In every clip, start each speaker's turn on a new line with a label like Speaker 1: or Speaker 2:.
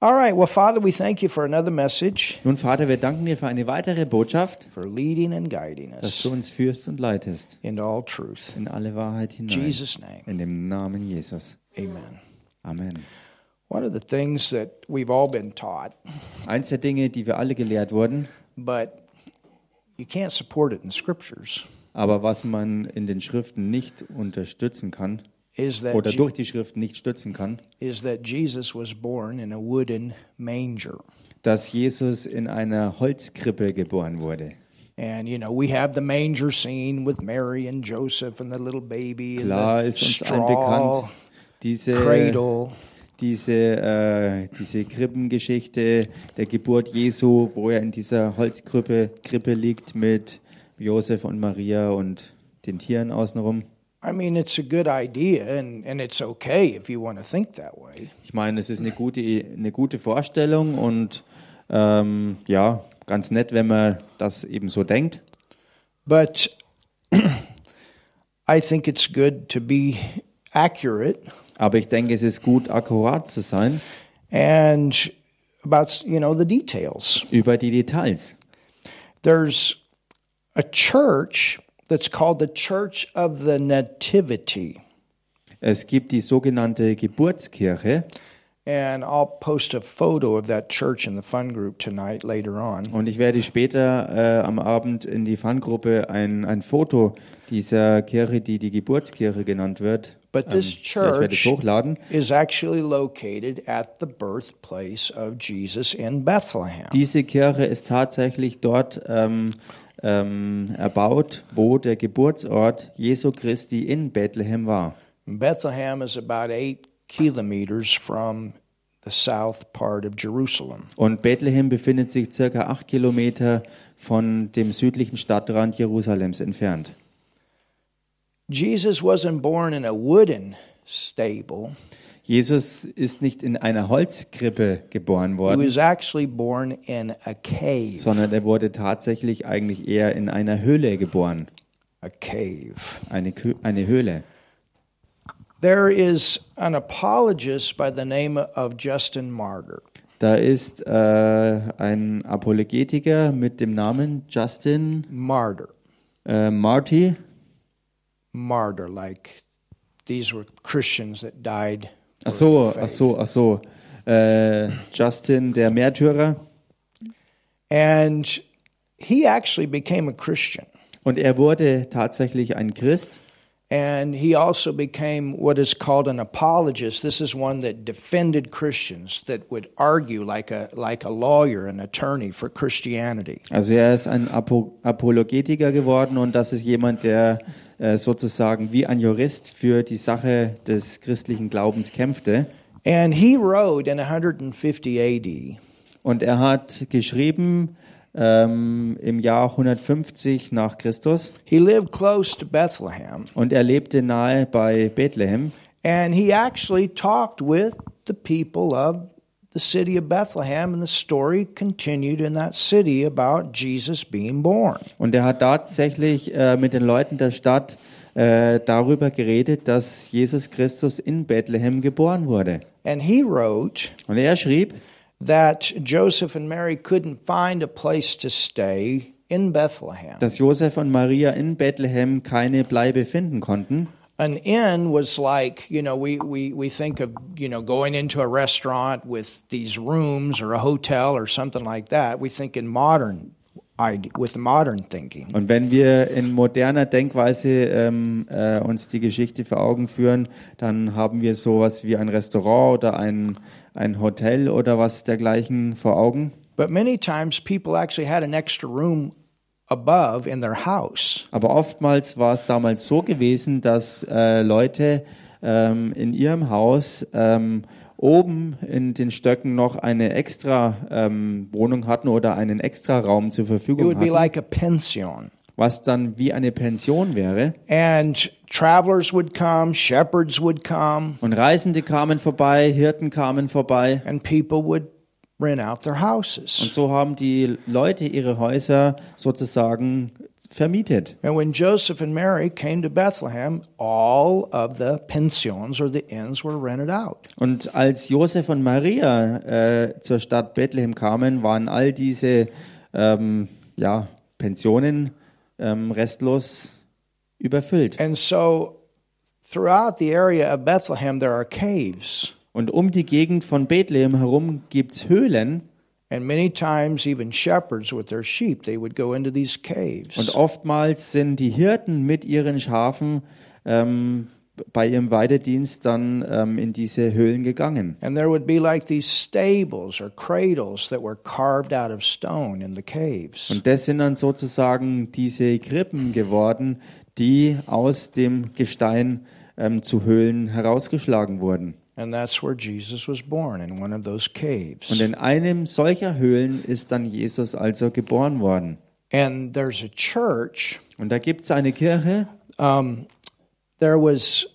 Speaker 1: All right. Well, Father, we thank you for another message,
Speaker 2: Nun, Vater, wir danken dir für eine weitere Botschaft,
Speaker 1: for leading and guiding
Speaker 2: dass
Speaker 1: us
Speaker 2: du uns führst und leitest
Speaker 1: into all truth.
Speaker 2: in alle Wahrheit
Speaker 1: In
Speaker 2: hinein.
Speaker 1: Jesus' name,
Speaker 2: In dem Namen Jesus.
Speaker 1: amen.
Speaker 2: Amen.
Speaker 1: One of the things that we've all been taught,
Speaker 2: Eins der Dinge, die wir alle gelehrt wurden,
Speaker 1: but you can't support it in scriptures,
Speaker 2: aber was man in den Schriften nicht unterstützen kann
Speaker 1: is that,
Speaker 2: oder
Speaker 1: Je-
Speaker 2: durch die Schrift nicht stützen kann,
Speaker 1: is that Jesus was born in a wooden manger.
Speaker 2: dass Jesus in einer Holzkrippe geboren wurde.
Speaker 1: And, you know, we have the manger scene with Mary and Joseph and the little baby and
Speaker 2: Klar
Speaker 1: the
Speaker 2: ist uns allen
Speaker 1: straw
Speaker 2: bekannt, diese,
Speaker 1: cradle.
Speaker 2: diese, äh, diese Krippengeschichte der Geburt Jesu, wo er in dieser Holzkrippe Krippe liegt mit Josef und Maria und den Tieren außenrum.
Speaker 1: I mean, it's a good idea, and, and it's okay if you want to think that way.
Speaker 2: Ich meine, es ist eine gute, eine gute Vorstellung und ähm, ja, ganz nett, wenn man das eben so denkt.
Speaker 1: But I think it's good to be accurate
Speaker 2: Aber ich denke, es ist gut, akkurat zu sein
Speaker 1: and about you know the details.
Speaker 2: über die Details.
Speaker 1: There's a church that's called the Church of the Nativity,
Speaker 2: Es gibt die sogenannte Geburtskirche
Speaker 1: and I'll post a photo of that church in the fun group tonight later on.
Speaker 2: und ich werde später äh, am Abend in die Fangruppe ein, ein Foto dieser Kirche, die die Geburtskirche genannt wird, ähm,
Speaker 1: But this
Speaker 2: ja, ich werde es
Speaker 1: church
Speaker 2: hochladen.
Speaker 1: is actually located at the birthplace of Jesus in Bethlehem.
Speaker 2: Diese Kirche ist tatsächlich dort ähm, ähm, erbaut, wo der Geburtsort Jesu Christi in Bethlehem war.
Speaker 1: Bethlehem is about eight kilometers from the south part of Jerusalem.
Speaker 2: Und Bethlehem befindet sich circa acht Kilometer von dem südlichen Stadtrand Jerusalems entfernt.
Speaker 1: Jesus wasn't born in a wooden stable,
Speaker 2: Jesus ist nicht in einer Holzkrippe geboren
Speaker 1: he
Speaker 2: worden,
Speaker 1: was actually born in a cave.
Speaker 2: sondern er wurde tatsächlich eigentlich eher in einer Höhle geboren.
Speaker 1: A cave.
Speaker 2: Eine, Kö- eine Höhle.
Speaker 1: There is an apologist by the name of Justin Martyr.
Speaker 2: Da ist äh, ein Apologetiker mit dem Namen Justin
Speaker 1: Martyr.
Speaker 2: äh, Marty.
Speaker 1: Martyr, like these were Christians that died. for
Speaker 2: Ach so,
Speaker 1: their
Speaker 2: ach
Speaker 1: faith.
Speaker 2: so, ach so. Äh, Justin, der Märtyrer.
Speaker 1: And he actually became a Christian.
Speaker 2: Und er wurde tatsächlich ein Christ.
Speaker 1: And he also became what is called an apologist. This is one that defended Christians, that would argue like a, like a lawyer, an attorney for Christianity.
Speaker 2: Also er ist ein Apo Apologetiker geworden und das ist jemand, der äh, sozusagen wie ein Jurist für die Sache des christlichen Glaubens kämpfte.
Speaker 1: And he wrote in 150 AD
Speaker 2: Und er hat geschrieben ähm, im Jahr 150 nach Christus
Speaker 1: He lived close to Bethlehem,
Speaker 2: und er lebte nahe bei Bethlehem.
Speaker 1: and he actually talked with the people of the city of Bethlehem, and the story continued in that city about Jesus being born.
Speaker 2: Und er hat tatsächlich äh, mit den Leuten der Stadt äh, darüber geredet, dass Jesus Christus in Bethlehem geboren wurde.
Speaker 1: And he wrote,
Speaker 2: Und er schrieb,
Speaker 1: that Joseph and Mary couldn't find a place to stay in Bethlehem.
Speaker 2: dass Josef und Maria in Bethlehem keine Bleibe finden konnten.
Speaker 1: An inn was like, you know, we, we, we think of, you know, going into a restaurant with these rooms or a hotel or something like that. We think in modern, ide- with modern thinking.
Speaker 2: Und wenn wir in moderner Denkweise ähm, äh, uns die Geschichte vor Augen führen, dann haben wir sowas wie ein Restaurant oder ein, ein Hotel oder was dergleichen vor Augen.
Speaker 1: But many times people actually had an extra room above in their house.
Speaker 2: Aber oftmals war es damals so gewesen, dass äh, Leute ähm, in ihrem Haus ähm, oben in den Stöcken noch eine extra ähm, Wohnung hatten oder einen extra Raum zur
Speaker 1: It
Speaker 2: Verfügung
Speaker 1: would be
Speaker 2: hatten,
Speaker 1: like a pension.
Speaker 2: was dann wie eine Pension wäre.
Speaker 1: And travelers would come, shepherds would come,
Speaker 2: Und Reisende kamen vorbei, Hirten kamen vorbei.
Speaker 1: and people would rent out their houses.
Speaker 2: Und so haben die Leute ihre Häuser sozusagen vermietet.
Speaker 1: And when Joseph and Mary came to Bethlehem, all of the pensions or the inns were rented out.
Speaker 2: Und als Josef und Maria äh, zur Stadt Bethlehem kamen, waren all diese ähm, ja, Pensionen ähm, restlos überfüllt.
Speaker 1: And so throughout the area of Bethlehem, there are caves.
Speaker 2: Und um die Gegend von Bethlehem herum gibt es Höhlen
Speaker 1: And many times, even shepherds with their sheep, they would go into these
Speaker 2: und
Speaker 1: caves.
Speaker 2: oftmals sind die Hirten mit ihren Schafen ähm, bei ihrem Weidedienst dann ähm, in diese Höhlen gegangen.
Speaker 1: And there would be like these stables or cradles that were carved out of stone in the caves.
Speaker 2: Und das sind dann sozusagen diese Krippen geworden, die aus dem Gestein ähm, zu Höhlen herausgeschlagen wurden.
Speaker 1: And that's where Jesus was born, in one of those
Speaker 2: Und
Speaker 1: caves.
Speaker 2: in einem solcher Höhlen ist dann Jesus also geboren worden.
Speaker 1: And there's a church.
Speaker 2: Und da gibt es eine Kirche.
Speaker 1: Um, there was,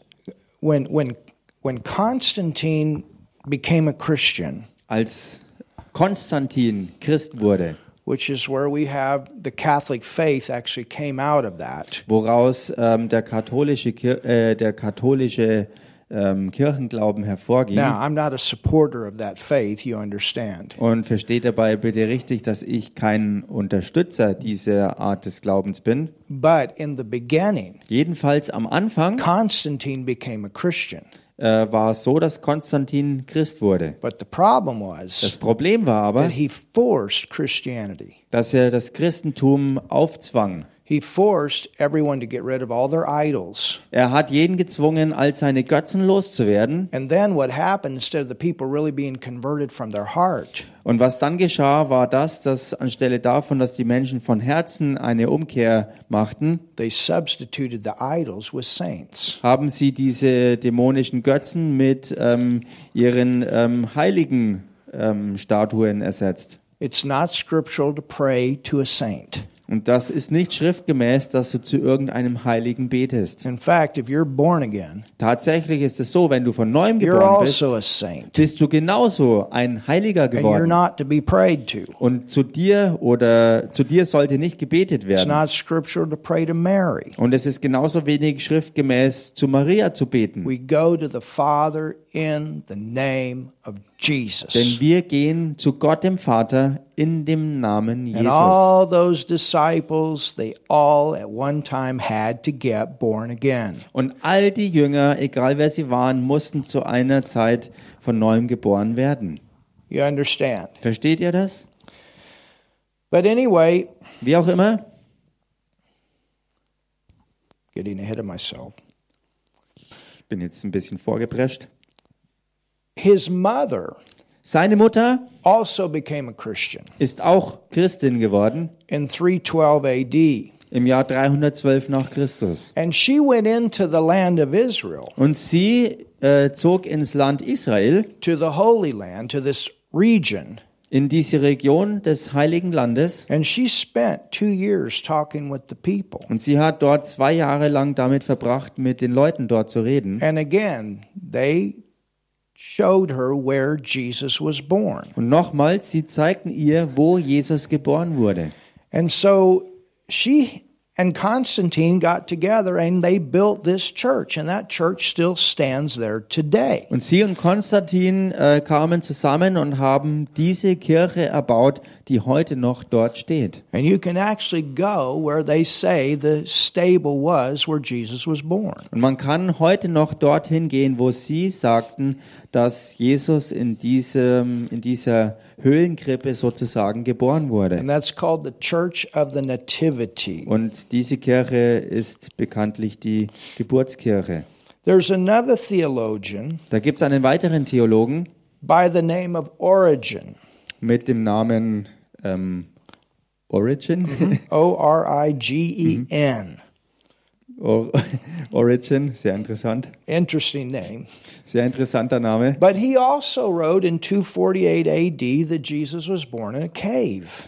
Speaker 1: when, when, when Constantine became a Christian,
Speaker 2: als Konstantin Christ wurde,
Speaker 1: which is where we have the Catholic faith actually came out of that.
Speaker 2: Mm-hmm. woraus ähm, der katholische, Kir äh, der katholische ähm, Kirchenglauben hervorging.
Speaker 1: Now, I'm not a supporter of that faith, you understand.
Speaker 2: Und versteht dabei bitte richtig, dass ich kein Unterstützer dieser Art des Glaubens bin.
Speaker 1: But in the beginning,
Speaker 2: Jedenfalls am Anfang
Speaker 1: Constantine became a Christian.
Speaker 2: äh, war es so, dass Konstantin Christ wurde.
Speaker 1: But the problem
Speaker 2: Das
Speaker 1: was
Speaker 2: Problem war aber,
Speaker 1: that he forced Christianity.
Speaker 2: dass er das Christentum aufzwang.
Speaker 1: He forced everyone to get rid of all their idols.
Speaker 2: Er hat jeden gezwungen, all seine Götzen loszuwerden.
Speaker 1: And then what happened, instead of the people really being converted from their heart,
Speaker 2: Und was dann geschah, war das, dass anstelle davon, dass die Menschen von Herzen eine Umkehr machten,
Speaker 1: they substituted the idols with saints.
Speaker 2: haben sie diese dämonischen Götzen mit ähm, ihren ähm, heiligen ähm, Statuen ersetzt.
Speaker 1: It's not scriptural to pray to a saint.
Speaker 2: Und das ist nicht schriftgemäß, dass du zu irgendeinem Heiligen betest.
Speaker 1: In fact, if you're born again,
Speaker 2: Tatsächlich ist es so, wenn du von neuem
Speaker 1: you're
Speaker 2: geboren bist,
Speaker 1: also a saint,
Speaker 2: bist du genauso ein Heiliger
Speaker 1: and you're
Speaker 2: geworden.
Speaker 1: not to be prayed to.
Speaker 2: Und zu dir oder zu dir sollte nicht gebetet
Speaker 1: It's
Speaker 2: werden.
Speaker 1: not scriptural to pray to Mary.
Speaker 2: Und es ist genauso wenig schriftgemäß, zu Maria zu beten.
Speaker 1: We go to the Father in the name of
Speaker 2: Denn
Speaker 1: Jesus.
Speaker 2: wir gehen zu Gott dem Vater in dem Namen
Speaker 1: And
Speaker 2: Jesus.
Speaker 1: all those disciples, they all at one time had to get born again.
Speaker 2: Und all die Jünger, egal wer sie waren, mussten zu einer Zeit von neuem geboren werden.
Speaker 1: You understand?
Speaker 2: Versteht ihr das?
Speaker 1: But anyway,
Speaker 2: Wie auch immer.
Speaker 1: getting ahead of myself.
Speaker 2: Ich bin jetzt ein bisschen vorgeprescht.
Speaker 1: His mother
Speaker 2: Seine Mutter
Speaker 1: also became a Christian
Speaker 2: ist auch Christin geworden
Speaker 1: in 312 AD.
Speaker 2: im Jahr 312 nach Christus.
Speaker 1: And she went into the land of Israel,
Speaker 2: Und sie äh, zog ins Land Israel,
Speaker 1: to the Holy Land, to this region.
Speaker 2: in diese Region des Heiligen Landes.
Speaker 1: And she spent two years talking with the people.
Speaker 2: Und sie hat dort zwei Jahre lang damit verbracht, mit den Leuten dort zu reden.
Speaker 1: And again, they showed her where Jesus was born.
Speaker 2: Und nochmals, sie zeigten ihr, wo Jesus geboren wurde.
Speaker 1: And so she and Constantine got together and they built this church, and that church still stands there today.
Speaker 2: Und sie und Konstantin äh, kamen zusammen und haben diese Kirche erbaut, die heute noch dort steht.
Speaker 1: And you can actually go where they say the stable was where Jesus was born.
Speaker 2: Und man kann heute noch dorthin gehen, wo sie sagten, dass Jesus in, diesem, in dieser Höhlenkrippe sozusagen geboren wurde.
Speaker 1: And that's called the Church of the Nativity.
Speaker 2: Und diese Kirche ist bekanntlich die Geburtskirche.
Speaker 1: There's another theologian
Speaker 2: Da gibt es einen weiteren Theologen
Speaker 1: by the name of Origen,
Speaker 2: mit dem Namen ähm, Origin.
Speaker 1: O R I G E N.
Speaker 2: Or Origin, sehr interessant.
Speaker 1: Interesting name.
Speaker 2: Sehr interessanter Name.
Speaker 1: But he also wrote in 248 AD that Jesus was born in a cave.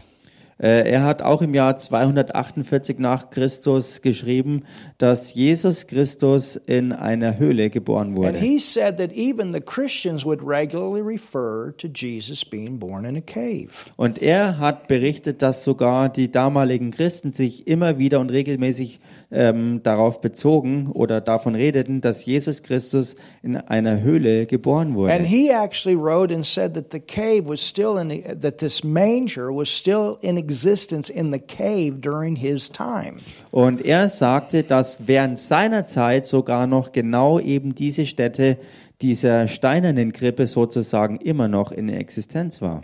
Speaker 2: Äh, er hat auch im Jahr 248 nach Christus geschrieben, dass Jesus Christus in einer Höhle geboren
Speaker 1: And
Speaker 2: wurde.
Speaker 1: he said that even the Christians would regularly refer to Jesus being born in a cave.
Speaker 2: Und er hat berichtet, dass sogar die damaligen Christen sich immer wieder und regelmäßig ähm, darauf bezogen oder davon redeten, dass Jesus Christus in einer Höhle geboren wurde.
Speaker 1: And he actually wrote and said that the cave was still in the, that this manger was still in existence in the cave during his time.
Speaker 2: Und er sagte, dass während seiner Zeit sogar noch genau eben diese Stätte dieser steinernen Krippe sozusagen immer noch in Existenz war.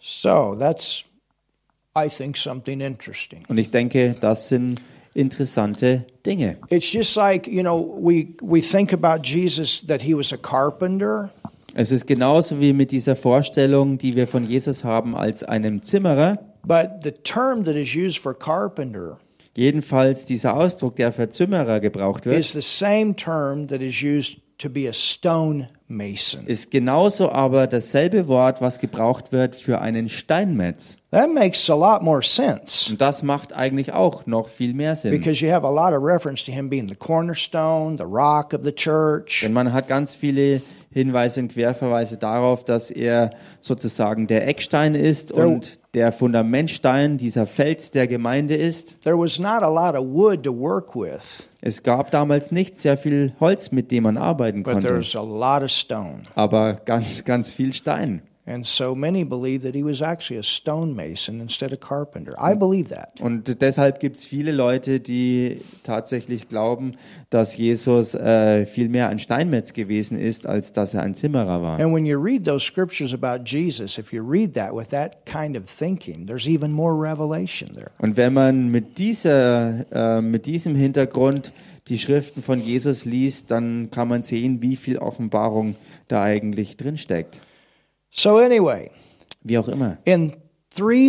Speaker 1: So that's, I think, something interesting.
Speaker 2: Und ich denke, das sind interessante Dinge.
Speaker 1: It's just like you know we we think about Jesus that he was a carpenter.
Speaker 2: Es ist genauso wie mit dieser Vorstellung, die wir von Jesus haben als einem Zimmerer.
Speaker 1: But the term that is used for carpenter
Speaker 2: Jedenfalls dieser Ausdruck, der für Zimmerer gebraucht wird,
Speaker 1: is the same term that is used to be a stone mason.
Speaker 2: ist genauso aber dasselbe Wort, was gebraucht wird für einen Steinmetz.
Speaker 1: That makes a lot more sense
Speaker 2: Und das macht eigentlich auch noch viel mehr Sinn.
Speaker 1: because you have a lot of reference to him being the cornerstone, the rock of the church.
Speaker 2: Denn man hat ganz viele Hinweise und Querverweise darauf, dass er sozusagen der Eckstein ist und der Fundamentstein, dieser Fels der Gemeinde ist.
Speaker 1: There was not a lot of wood to work with,
Speaker 2: Es gab damals nicht sehr viel Holz, mit dem man arbeiten
Speaker 1: but
Speaker 2: konnte,
Speaker 1: there's a lot of stone.
Speaker 2: aber ganz, ganz viel Stein.
Speaker 1: And so many believe that he was actually a stonemason instead of carpenter. I believe that.
Speaker 2: Und deshalb gibt es viele Leute, die tatsächlich glauben, dass Jesus äh, viel mehr ein Steinmetz gewesen ist, als dass er ein Zimmerer war.
Speaker 1: And when you read those scriptures about Jesus, if you read that with that kind of thinking, there's even more revelation there.
Speaker 2: Und wenn man mit, dieser, äh, mit diesem Hintergrund die Schriften von Jesus liest, dann kann man sehen, wie viel Offenbarung da eigentlich drin steckt.
Speaker 1: So, anyway,
Speaker 2: Wie auch immer.
Speaker 1: In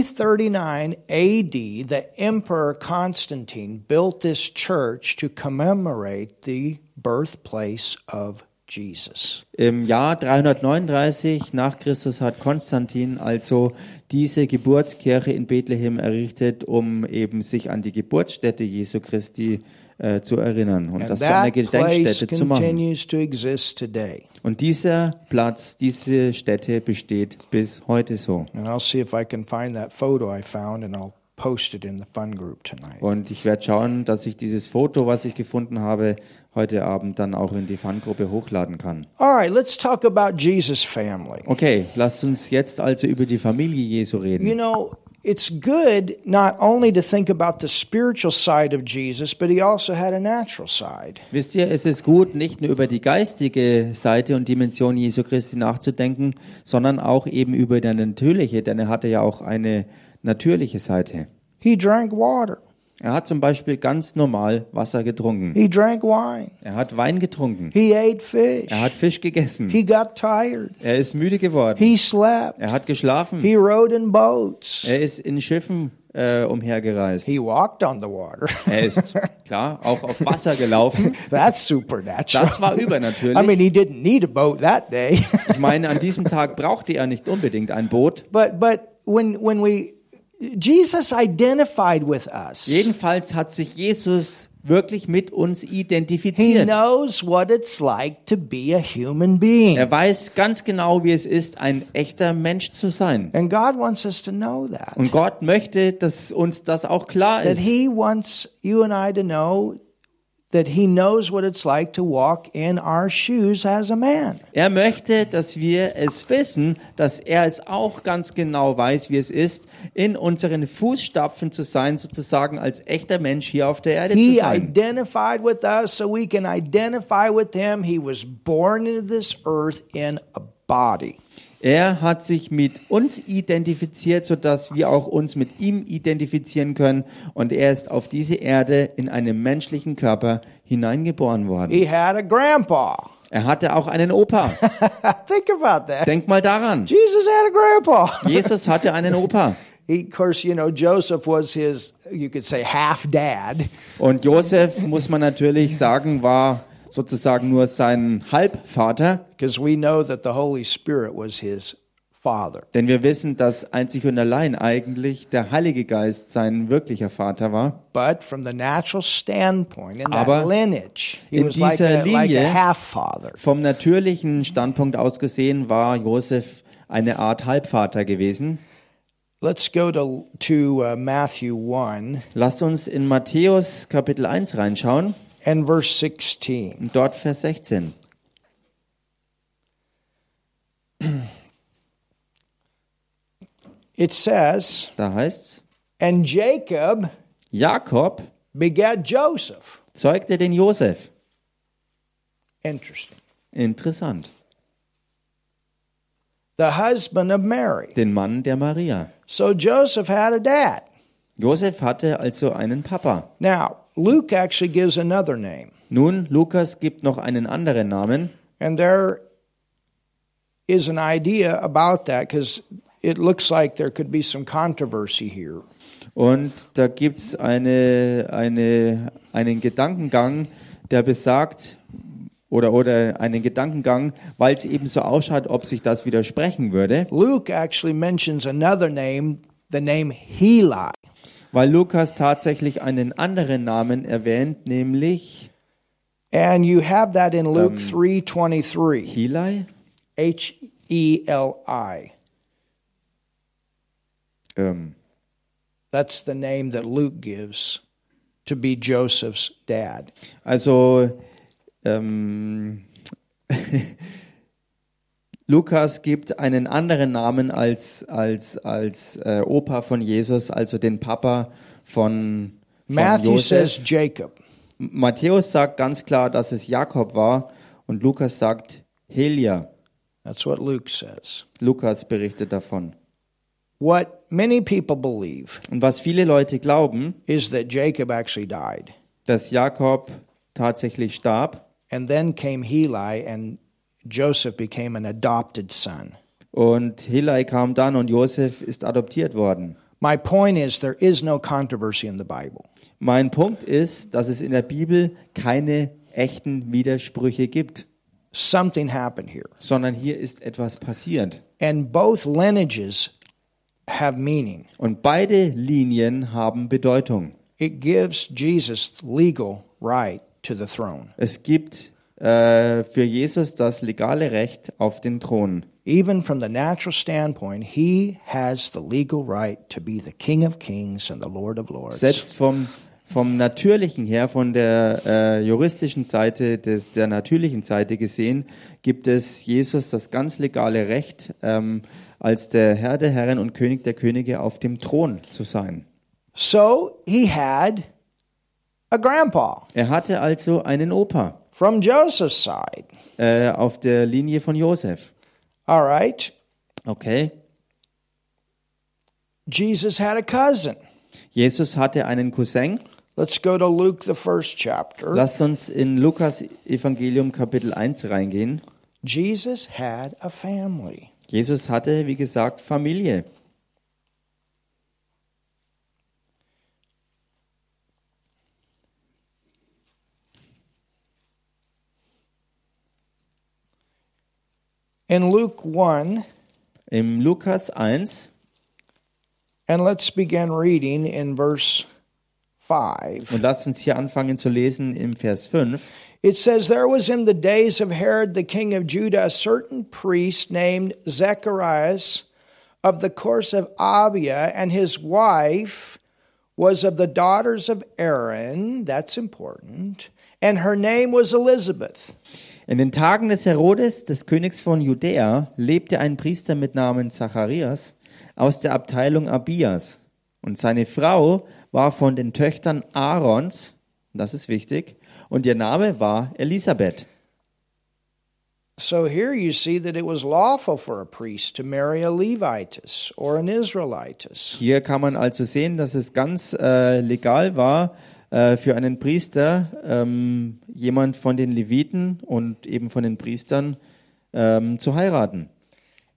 Speaker 1: 339 AD, the Emperor Constantine built this church to commemorate the birthplace of Jesus.
Speaker 2: Im Jahr 339 nach Christus hat Konstantin also diese Geburtskirche in Bethlehem errichtet, um eben sich an die Geburtsstätte Jesu Christi äh, zu erinnern und
Speaker 1: And
Speaker 2: das zu
Speaker 1: that
Speaker 2: einer
Speaker 1: place
Speaker 2: Gedenkstätte zu machen.
Speaker 1: continues to exist today.
Speaker 2: Und dieser Platz, diese Stätte besteht bis heute so.
Speaker 1: And I'll see if I can find that photo I found and I'll post it in the fun group tonight.
Speaker 2: Und ich werde schauen, dass ich dieses Foto, was ich gefunden habe, heute Abend dann auch in die Fangruppe hochladen kann.
Speaker 1: All right, let's talk about Jesus' family.
Speaker 2: Okay, lasst uns jetzt also über die Familie Jesu reden.
Speaker 1: You know, it's good not only to think about the spiritual side of Jesus, but he also had a natural side.
Speaker 2: Wisst ihr, es ist gut, nicht nur über die geistige Seite und Dimension Jesu Christi nachzudenken, sondern auch eben über die natürliche, denn er hatte ja auch eine natürliche Seite.
Speaker 1: He drank water.
Speaker 2: Er hat zum Beispiel ganz normal Wasser getrunken.
Speaker 1: He drank wine.
Speaker 2: Er hat Wein getrunken.
Speaker 1: He ate fish.
Speaker 2: Er hat Fisch gegessen.
Speaker 1: He got tired.
Speaker 2: Er ist müde geworden.
Speaker 1: He slept.
Speaker 2: Er hat geschlafen.
Speaker 1: He rode in boats.
Speaker 2: Er ist in Schiffen äh, umhergereist.
Speaker 1: He walked on the water.
Speaker 2: Er ist klar auch auf Wasser gelaufen.
Speaker 1: That's supernatural.
Speaker 2: Das war
Speaker 1: I
Speaker 2: übernatürlich.
Speaker 1: mean, he didn't need a boat that day.
Speaker 2: Ich meine, an diesem Tag brauchte er nicht unbedingt ein Boot.
Speaker 1: but but when when we Jesus identified with us.
Speaker 2: Jedenfalls hat sich Jesus wirklich mit uns
Speaker 1: He
Speaker 2: identifiziert.
Speaker 1: knows what it's like to be a human being.
Speaker 2: Er weiß ganz genau, wie es ist, ein echter Mensch zu sein.
Speaker 1: And God wants us to know that.
Speaker 2: Und Gott möchte, dass uns das auch klar
Speaker 1: That
Speaker 2: ist.
Speaker 1: he wants you and I to know that he knows what it's like to walk in our shoes as a man.
Speaker 2: Er möchte, dass wir es wissen, dass er es auch ganz genau weiß, wie es ist, in unseren Fußstapfen zu sein, sozusagen als echter Mensch hier auf der Erde zu
Speaker 1: He
Speaker 2: sein.
Speaker 1: identified with us so we can identify with him. He was born into this earth in a body.
Speaker 2: Er hat sich mit uns identifiziert, sodass wir auch uns mit ihm identifizieren können. Und er ist auf diese Erde in einem menschlichen Körper hineingeboren worden.
Speaker 1: He had a grandpa.
Speaker 2: Er hatte auch einen Opa.
Speaker 1: Think about that.
Speaker 2: Denk mal daran.
Speaker 1: Jesus had a grandpa.
Speaker 2: Jesus hatte einen Opa.
Speaker 1: He, of course, you know, Joseph was his, you could say, half dad.
Speaker 2: Und Josef, muss man natürlich sagen, war sozusagen nur sein Halbvater.
Speaker 1: because we know that the Holy Spirit was his Father.
Speaker 2: Denn wir wissen, dass einzig und allein eigentlich der Heilige Geist sein wirklicher Vater war.
Speaker 1: But from the natural standpoint, in that
Speaker 2: Aber
Speaker 1: lineage, he
Speaker 2: in
Speaker 1: was like
Speaker 2: dieser
Speaker 1: a, like a
Speaker 2: Linie-
Speaker 1: half father.
Speaker 2: Vom natürlichen Standpunkt aus gesehen war Josef eine Art Halbvater gewesen.
Speaker 1: Let's go to, to uh, Matthew 1
Speaker 2: Lasst uns in Matthäus Kapitel 1 reinschauen
Speaker 1: and verse 16.
Speaker 2: und dort Vers 16.
Speaker 1: It says,
Speaker 2: Da heißt's:
Speaker 1: And Jacob
Speaker 2: Jakob
Speaker 1: begat Joseph.
Speaker 2: zeugte den Josef.
Speaker 1: Interesting.
Speaker 2: Interessant.
Speaker 1: The husband of Mary.
Speaker 2: Den Mann der Maria.
Speaker 1: So Joseph had a dad.
Speaker 2: Josef hatte also einen Papa.
Speaker 1: Now, Luke actually gives another name,
Speaker 2: Nun, Lukas gibt noch einen anderen Namen.
Speaker 1: and there is an idea about that because it looks like there could be some controversy here.
Speaker 2: Und da gibt es eine, eine, einen Gedankengang, der besagt, oder, oder einen Gedankengang, weil es eben so ausschaut, ob sich das widersprechen würde.
Speaker 1: Luke actually mentions another name, the name Heli.
Speaker 2: Weil Lukas tatsächlich einen anderen Namen erwähnt, nämlich
Speaker 1: And you have that in Luke 3:23.
Speaker 2: Heli.
Speaker 1: H E L I.
Speaker 2: Ähm,
Speaker 1: That's the name that Luke gives to be Joseph's dad.
Speaker 2: also, ähm, Lukas gibt einen anderen Namen als, als, als äh, Opa von Jesus, also den Papa von, von
Speaker 1: Matthew
Speaker 2: Josef.
Speaker 1: says Jacob.
Speaker 2: Matthäus sagt ganz klar, dass es Jakob war und Lukas sagt Helia.
Speaker 1: That's what Luke says.
Speaker 2: Lukas berichtet davon.
Speaker 1: What many people believe
Speaker 2: Und was viele Leute glauben,
Speaker 1: is that Jacob actually died.
Speaker 2: dass Jakob tatsächlich starb
Speaker 1: And then came Heli, and Joseph became an adopted son.
Speaker 2: und Hillai kam dann und Josef ist adoptiert worden.
Speaker 1: My point is, there is no controversy in the Bible.
Speaker 2: Mein Punkt ist, dass es in der Bibel keine echten Widersprüche gibt,
Speaker 1: Something happened here.
Speaker 2: sondern hier ist etwas passiert.
Speaker 1: And both lineages have meaning.
Speaker 2: Und beide Linien haben Bedeutung.
Speaker 1: It gives Jesus legal right to the throne,
Speaker 2: Es gibt äh, für Jesus das legale Recht auf den Thron.
Speaker 1: Even from the natural standpoint, he has the legal right to be the King of Kings and the Lord of Lords.
Speaker 2: Selbst vom, vom natürlichen her, von der äh, juristischen Seite, des, der natürlichen Seite gesehen, gibt es Jesus das ganz legale Recht, ähm, als der Herr der Herren und König der Könige auf dem Thron zu sein.
Speaker 1: so he had a grandpa
Speaker 2: Er hatte also einen Opa
Speaker 1: from Joseph's side.
Speaker 2: äh, auf der Linie von Josef.
Speaker 1: All right.
Speaker 2: Okay.
Speaker 1: Jesus had a cousin.
Speaker 2: Jesus hatte einen Cousin.
Speaker 1: Let's go to Luke, the first chapter.
Speaker 2: Lasst uns in Lukas Evangelium Kapitel 1 reingehen.
Speaker 1: Jesus had a family.
Speaker 2: Jesus hatte, wie gesagt, Familie.
Speaker 1: In Luke 1,
Speaker 2: Im Lukas 1
Speaker 1: and let's begin reading in verse 5.
Speaker 2: Und lasst uns hier anfangen zu lesen im Vers 5.
Speaker 1: It says, There was in the days of Herod the king of Judah a certain priest named Zacharias of the course of Abia, and his wife was of the daughters of Aaron. That's important. And her name was Elizabeth.
Speaker 2: In den Tagen des Herodes, des Königs von Judäa, lebte ein Priester mit Namen Zacharias aus der Abteilung Abias. Und seine Frau war von den Töchtern Aarons, das ist wichtig, und ihr Name war Elisabeth.
Speaker 1: So here you see that it was lawful for a priest to marry a Levitess or an Israelitess.
Speaker 2: Hier kann man also sehen, dass es ganz äh, legal war, äh, für einen Priester ähm, jemand von den Leviten und eben von den Priestern ähm, zu heiraten.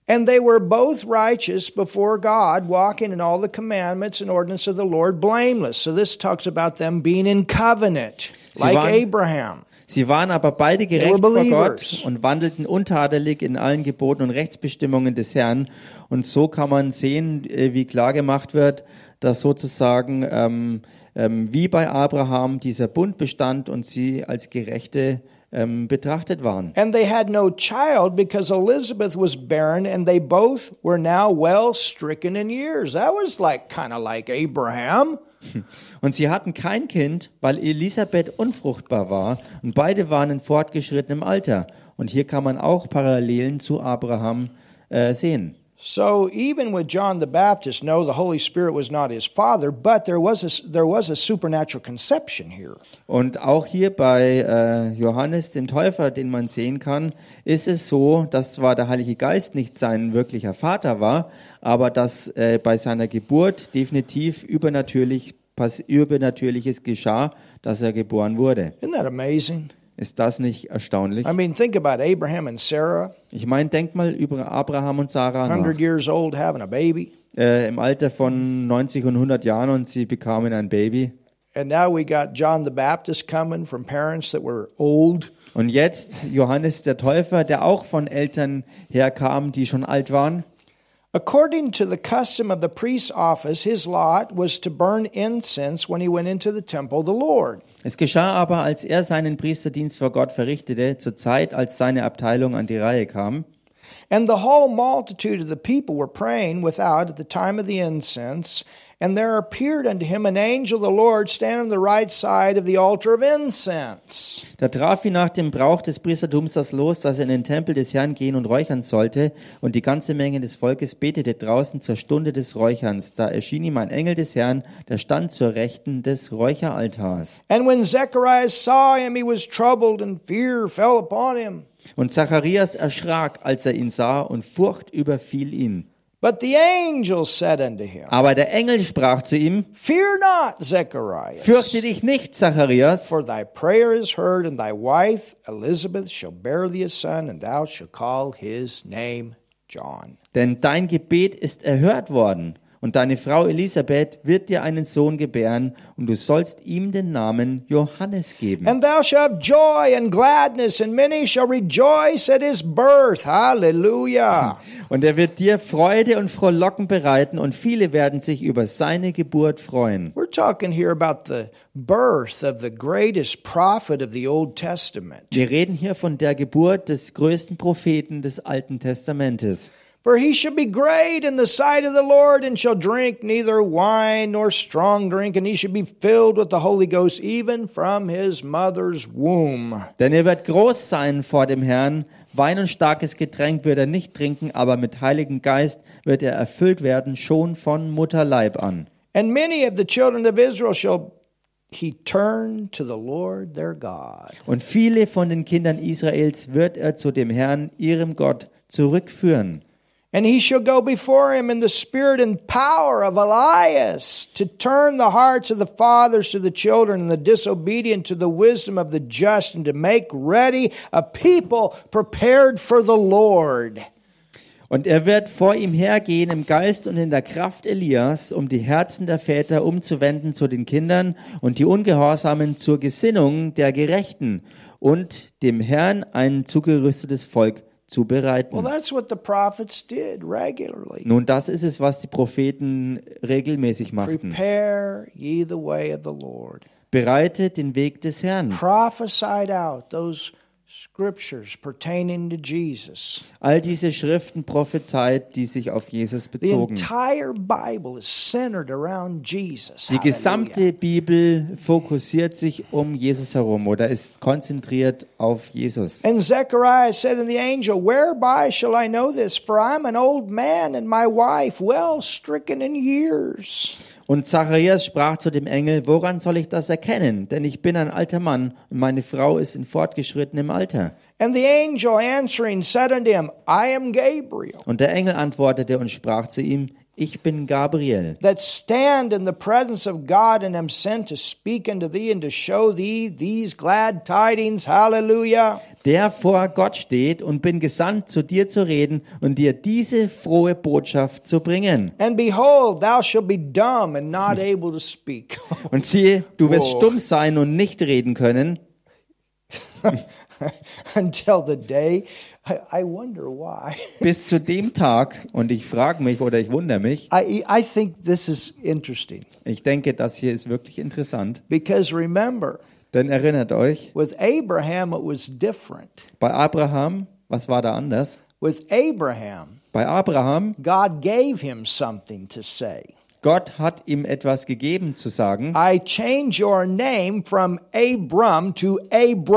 Speaker 1: And they were both righteous before God, walking in all the commandments and ordinance of the Lord blameless. So this talks about them being in covenant, like
Speaker 2: waren-
Speaker 1: Abraham.
Speaker 2: Sie waren aber beide
Speaker 1: were
Speaker 2: gerecht vor
Speaker 1: believers.
Speaker 2: Gott und wandelten untadelig in allen Geboten und Rechtsbestimmungen des Herrn. Und so kann man sehen, äh, wie klar gemacht wird, dass sozusagen ähm, ähm, wie bei Abraham dieser Bund bestand und sie als Gerechte ähm, betrachtet waren.
Speaker 1: And they had no child because Elizabeth was barren and they both were now well stricken in years. That was like kind of like Abraham.
Speaker 2: Und sie hatten kein Kind, weil Elisabeth unfruchtbar war und beide waren in fortgeschrittenem Alter. Und hier kann man auch Parallelen zu Abraham äh, sehen.
Speaker 1: So even with John the Baptist, no, the Holy Spirit was not his father, but there was a, there was a supernatural conception here.
Speaker 2: Und auch hier bei äh, Johannes dem Täufer, den man sehen kann, ist es so, dass zwar der Heilige Geist nicht sein wirklicher Vater war, aber dass äh, bei seiner Geburt definitiv übernatürlich, pass übernatürliches geschah, dass er geboren wurde.
Speaker 1: Isn't that amazing?
Speaker 2: Ist das nicht erstaunlich?
Speaker 1: I mean, think about Abraham and Sarah,
Speaker 2: Ich meine, denk mal über Abraham und Sarah nach.
Speaker 1: 100 years old, having a baby.
Speaker 2: äh, im Alter von 90 und 100 Jahren und sie bekamen ein Baby.
Speaker 1: And now we got John the Baptist coming from parents that were old.
Speaker 2: Und jetzt Johannes der Täufer, der auch von Eltern herkam, die schon alt waren.
Speaker 1: According to the custom of the priest's office, his lot was to burn incense when he went into the temple of the Lord.
Speaker 2: Es geschah aber, als er seinen Priesterdienst vor Gott verrichtete, zur Zeit, als seine Abteilung an die Reihe kam.
Speaker 1: And the whole multitude of the people were praying without at the time of the incense. And there appeared unto him an angel of the Lord standing on the right side of the altar of incense.
Speaker 2: Da traf ihn nach dem Brauch des Priestertums das Los, dass er in den Tempel des Herrn gehen und räuchern sollte, und die ganze Menge des Volkes betete draußen zur Stunde des Räucherns. Da erschien ihm ein Engel des Herrn, der stand zur Rechten des Räucheraltars.
Speaker 1: And when Zechariah saw him, he was troubled, and fear fell upon him.
Speaker 2: Und Zacharias erschrak, als er ihn sah, und Furcht überfiel ihn.
Speaker 1: But the angel said unto him,
Speaker 2: Aber der Engel sprach zu ihm,
Speaker 1: Fear not, Zechariah,
Speaker 2: fürchte dich nicht, Zacharias,
Speaker 1: for thy prayer is heard, and thy wife Elizabeth shall bear thee a son, and thou shalt call his name John.
Speaker 2: denn dein Gebet ist erhört worden, und deine Frau Elisabeth wird dir einen Sohn gebären, und du sollst ihm den Namen Johannes geben.
Speaker 1: And thou shalt have joy and gladness, and many shall rejoice at his birth. Hallelujah.
Speaker 2: Und er wird dir Freude und Frohlocken bereiten, und viele werden sich über seine Geburt freuen.
Speaker 1: We're talking here about the birth of the greatest prophet of the Old Testament.
Speaker 2: Wir reden hier von der Geburt des größten Propheten des Alten Testamentes.
Speaker 1: For he shall be great in the sight of the Lord, and shall drink neither wine nor strong drink, and he shall be filled with the Holy Ghost even from his mother's womb.
Speaker 2: Denn er wird groß sein vor dem Herrn. Wein und starkes Getränk wird er nicht trinken, aber mit Heiligem Geist wird er erfüllt werden, schon von Mutterleib an.
Speaker 1: And many of the children of Israel shall he turn to the Lord their God.
Speaker 2: Und viele von den Kindern Israels wird er zu dem Herrn, ihrem Gott, zurückführen.
Speaker 1: And he shall go before him in the spirit and power of Elias to turn the hearts of the fathers to the children and the disobedient to the wisdom of the just and to make ready a people prepared for the Lord.
Speaker 2: Und er wird vor ihm hergehen im Geist und in der Kraft Elias, um die Herzen der Väter umzuwenden zu den Kindern und die Ungehorsamen zur Gesinnung der Gerechten und dem Herrn ein zugerüstetes Volk zu bereiten.
Speaker 1: Well, that's what the prophets did regularly.
Speaker 2: Nun, das ist es, was die Propheten regelmäßig machten.
Speaker 1: Prepare ye the way of the Lord.
Speaker 2: Bereitet den Weg des Herrn.
Speaker 1: Prophesied out those scriptures pertaining to Jesus.
Speaker 2: All diese Schriften prophezeit, die sich auf Jesus
Speaker 1: The
Speaker 2: bezogen.
Speaker 1: entire Bible is centered around Jesus.
Speaker 2: Die
Speaker 1: Hallelujah.
Speaker 2: gesamte Bibel fokussiert sich um Jesus herum oder ist konzentriert auf Jesus.
Speaker 1: And Zechariah said to the angel, Whereby shall I know this? For I'm an old man, and my wife well stricken in years.
Speaker 2: Und Zacharias sprach zu dem Engel, woran soll ich das erkennen? Denn ich bin ein alter Mann und meine Frau ist in fortgeschrittenem Alter.
Speaker 1: And the angel answering said unto him, I am Gabriel,
Speaker 2: Und der Engel antwortete und sprach zu ihm, ich bin Gabriel.
Speaker 1: that stand in the presence of God, and am sent to speak unto thee and to show thee these glad tidings. Hallelujah.
Speaker 2: der vor Gott steht und bin gesandt, zu dir zu reden und dir diese frohe Botschaft zu bringen.
Speaker 1: And behold, thou shalt be dumb and not able to speak.
Speaker 2: Und siehe, du wirst
Speaker 1: Wow.
Speaker 2: stumm sein und nicht reden können.
Speaker 1: until the day. I, I wonder why.
Speaker 2: Bis zu dem Tag, und ich frage mich oder ich wundere mich,
Speaker 1: I, I think this is interesting
Speaker 2: ich denke, das hier ist wirklich interessant.
Speaker 1: because remember,
Speaker 2: Denn erinnert euch,
Speaker 1: with Abraham, it was different.
Speaker 2: bei Abraham, was war da anders?
Speaker 1: With Abraham,
Speaker 2: Bei Abraham,
Speaker 1: God gave him something to say.
Speaker 2: Gott hat ihm etwas gegeben zu sagen,
Speaker 1: I change your name from Abram to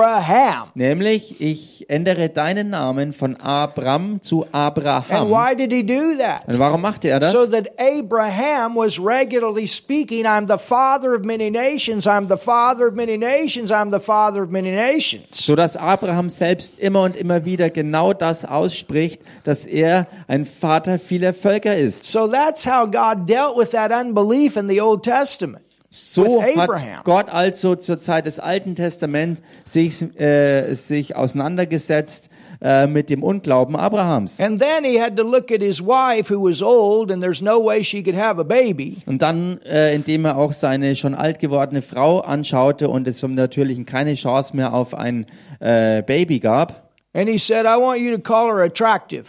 Speaker 1: Abraham.
Speaker 2: nämlich ich ändere deinen Namen von Abram zu
Speaker 1: And
Speaker 2: Abraham.
Speaker 1: why did he do that?
Speaker 2: Und warum machte er das?
Speaker 1: So that Abraham was regularly speaking, I'm the father of many nations, I'm the father of many nations, I'm the father of many nations.
Speaker 2: so dass Abraham selbst immer und immer wieder genau das ausspricht, dass er ein Vater vieler Völker ist.
Speaker 1: So that's how God dealt with that unbelief in the Old Testament.
Speaker 2: So
Speaker 1: With
Speaker 2: hat
Speaker 1: Abraham.
Speaker 2: Gott also zur Zeit des Alten Testaments sich, äh, sich auseinandergesetzt äh, mit dem Unglauben Abrahams.
Speaker 1: And then he had to look at his wife who was old and there's no way she could have a baby.
Speaker 2: Und dann, äh, indem er auch seine schon alt gewordene Frau anschaute und es vom Natürlichen keine Chance mehr auf ein äh, Baby gab.
Speaker 1: And he said, I want you to call her attractive.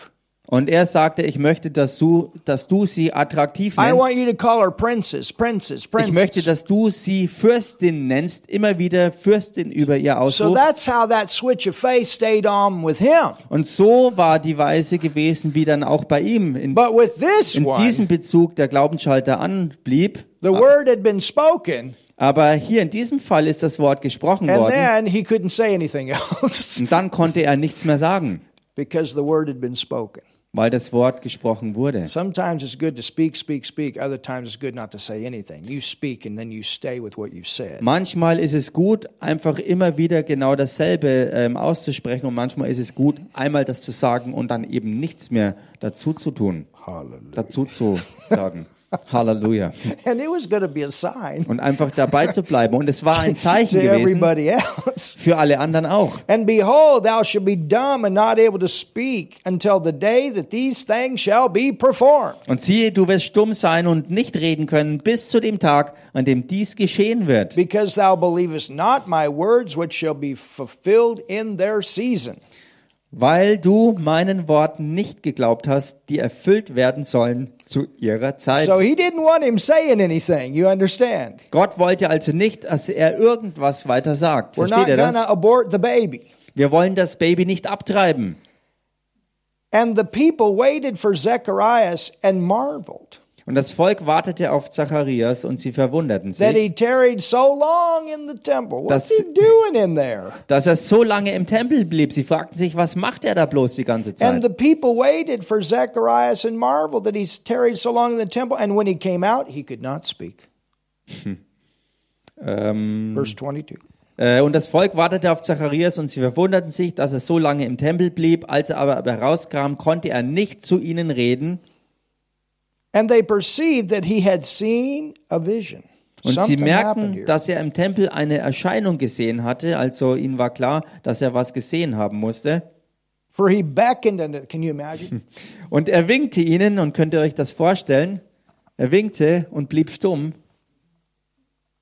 Speaker 2: Und er sagte, ich möchte, dass du, dass du sie attraktiv
Speaker 1: I want
Speaker 2: nennst.
Speaker 1: you to call her princess, princess,
Speaker 2: Ich möchte,
Speaker 1: princess.
Speaker 2: dass du sie Fürstin nennst, immer wieder Fürstin über ihr
Speaker 1: So
Speaker 2: ausrufst.
Speaker 1: that's how that switch of faith stayed on with him.
Speaker 2: Und so war die Weise gewesen, wie dann auch bei ihm in,
Speaker 1: But with this
Speaker 2: in
Speaker 1: one,
Speaker 2: diesem Bezug der Glaubensschalter anblieb.
Speaker 1: The word had been spoken,
Speaker 2: Aber hier in diesem Fall ist das Wort gesprochen
Speaker 1: and
Speaker 2: worden.
Speaker 1: then he couldn't say anything else
Speaker 2: Und dann konnte er nichts mehr sagen,
Speaker 1: because the word had been spoken.
Speaker 2: weil das Wort gesprochen wurde.
Speaker 1: Sometimes it's good to speak, speak, speak. Other times it's good not to say anything. You speak and then you stay with what you've said.
Speaker 2: Manchmal ist es gut, einfach immer wieder genau dasselbe ähm, auszusprechen und manchmal ist es gut, einmal das zu sagen und dann eben nichts mehr dazu zu tun,
Speaker 1: Hallelujah.
Speaker 2: dazu zu sagen. Halleluja.
Speaker 1: And it was going to be a sign
Speaker 2: Und einfach dabei zu bleiben. Und es war ein Zeichen
Speaker 1: to
Speaker 2: gewesen
Speaker 1: everybody else.
Speaker 2: für alle anderen auch.
Speaker 1: And behold, thou shalt be dumb and not able to speak until the day that these things shall be performed.
Speaker 2: Und siehe, du wirst stumm sein und nicht reden können bis zu dem Tag, an dem dies geschehen wird.
Speaker 1: Because thou believest not my words, which shall be fulfilled in their season.
Speaker 2: Weil du meinen Worten nicht geglaubt hast, die erfüllt werden sollen zu ihrer Zeit.
Speaker 1: So he didn't want him saying anything, you understand?
Speaker 2: Gott wollte also nicht, dass er irgendwas weiter sagt.
Speaker 1: We're not
Speaker 2: Versteht ihr
Speaker 1: going
Speaker 2: das?
Speaker 1: to abort the baby.
Speaker 2: Wir wollen das Baby nicht abtreiben.
Speaker 1: And the people waited for Zecharias and marveled
Speaker 2: Und das Volk wartete auf Zacharias und sie verwunderten
Speaker 1: that
Speaker 2: sich,
Speaker 1: he tarried so long in the temple. What's
Speaker 2: Das-
Speaker 1: he doing in there?
Speaker 2: dass er so lange im Tempel blieb. Sie fragten sich, was macht er da bloß die ganze
Speaker 1: And
Speaker 2: Zeit?
Speaker 1: the people waited for Zacharias and marveled that he tarried so long in the temple. And when he came out, he could not speak.
Speaker 2: Ähm,
Speaker 1: Verse 22.
Speaker 2: äh, und das Volk wartete auf Zacharias und sie verwunderten sich, dass er so lange im Tempel blieb. Als er aber herauskam, konnte er nicht zu ihnen reden.
Speaker 1: And they perceived that he had seen a vision.
Speaker 2: Und sie
Speaker 1: Something happened
Speaker 2: merken,
Speaker 1: here.
Speaker 2: dass er im Tempel eine Erscheinung gesehen hatte. Also ihnen war klar, dass er was gesehen haben musste.
Speaker 1: For he beckoned, and can you imagine?
Speaker 2: Und er winkte ihnen, und könnt ihr euch das vorstellen? Er winkte und blieb stumm.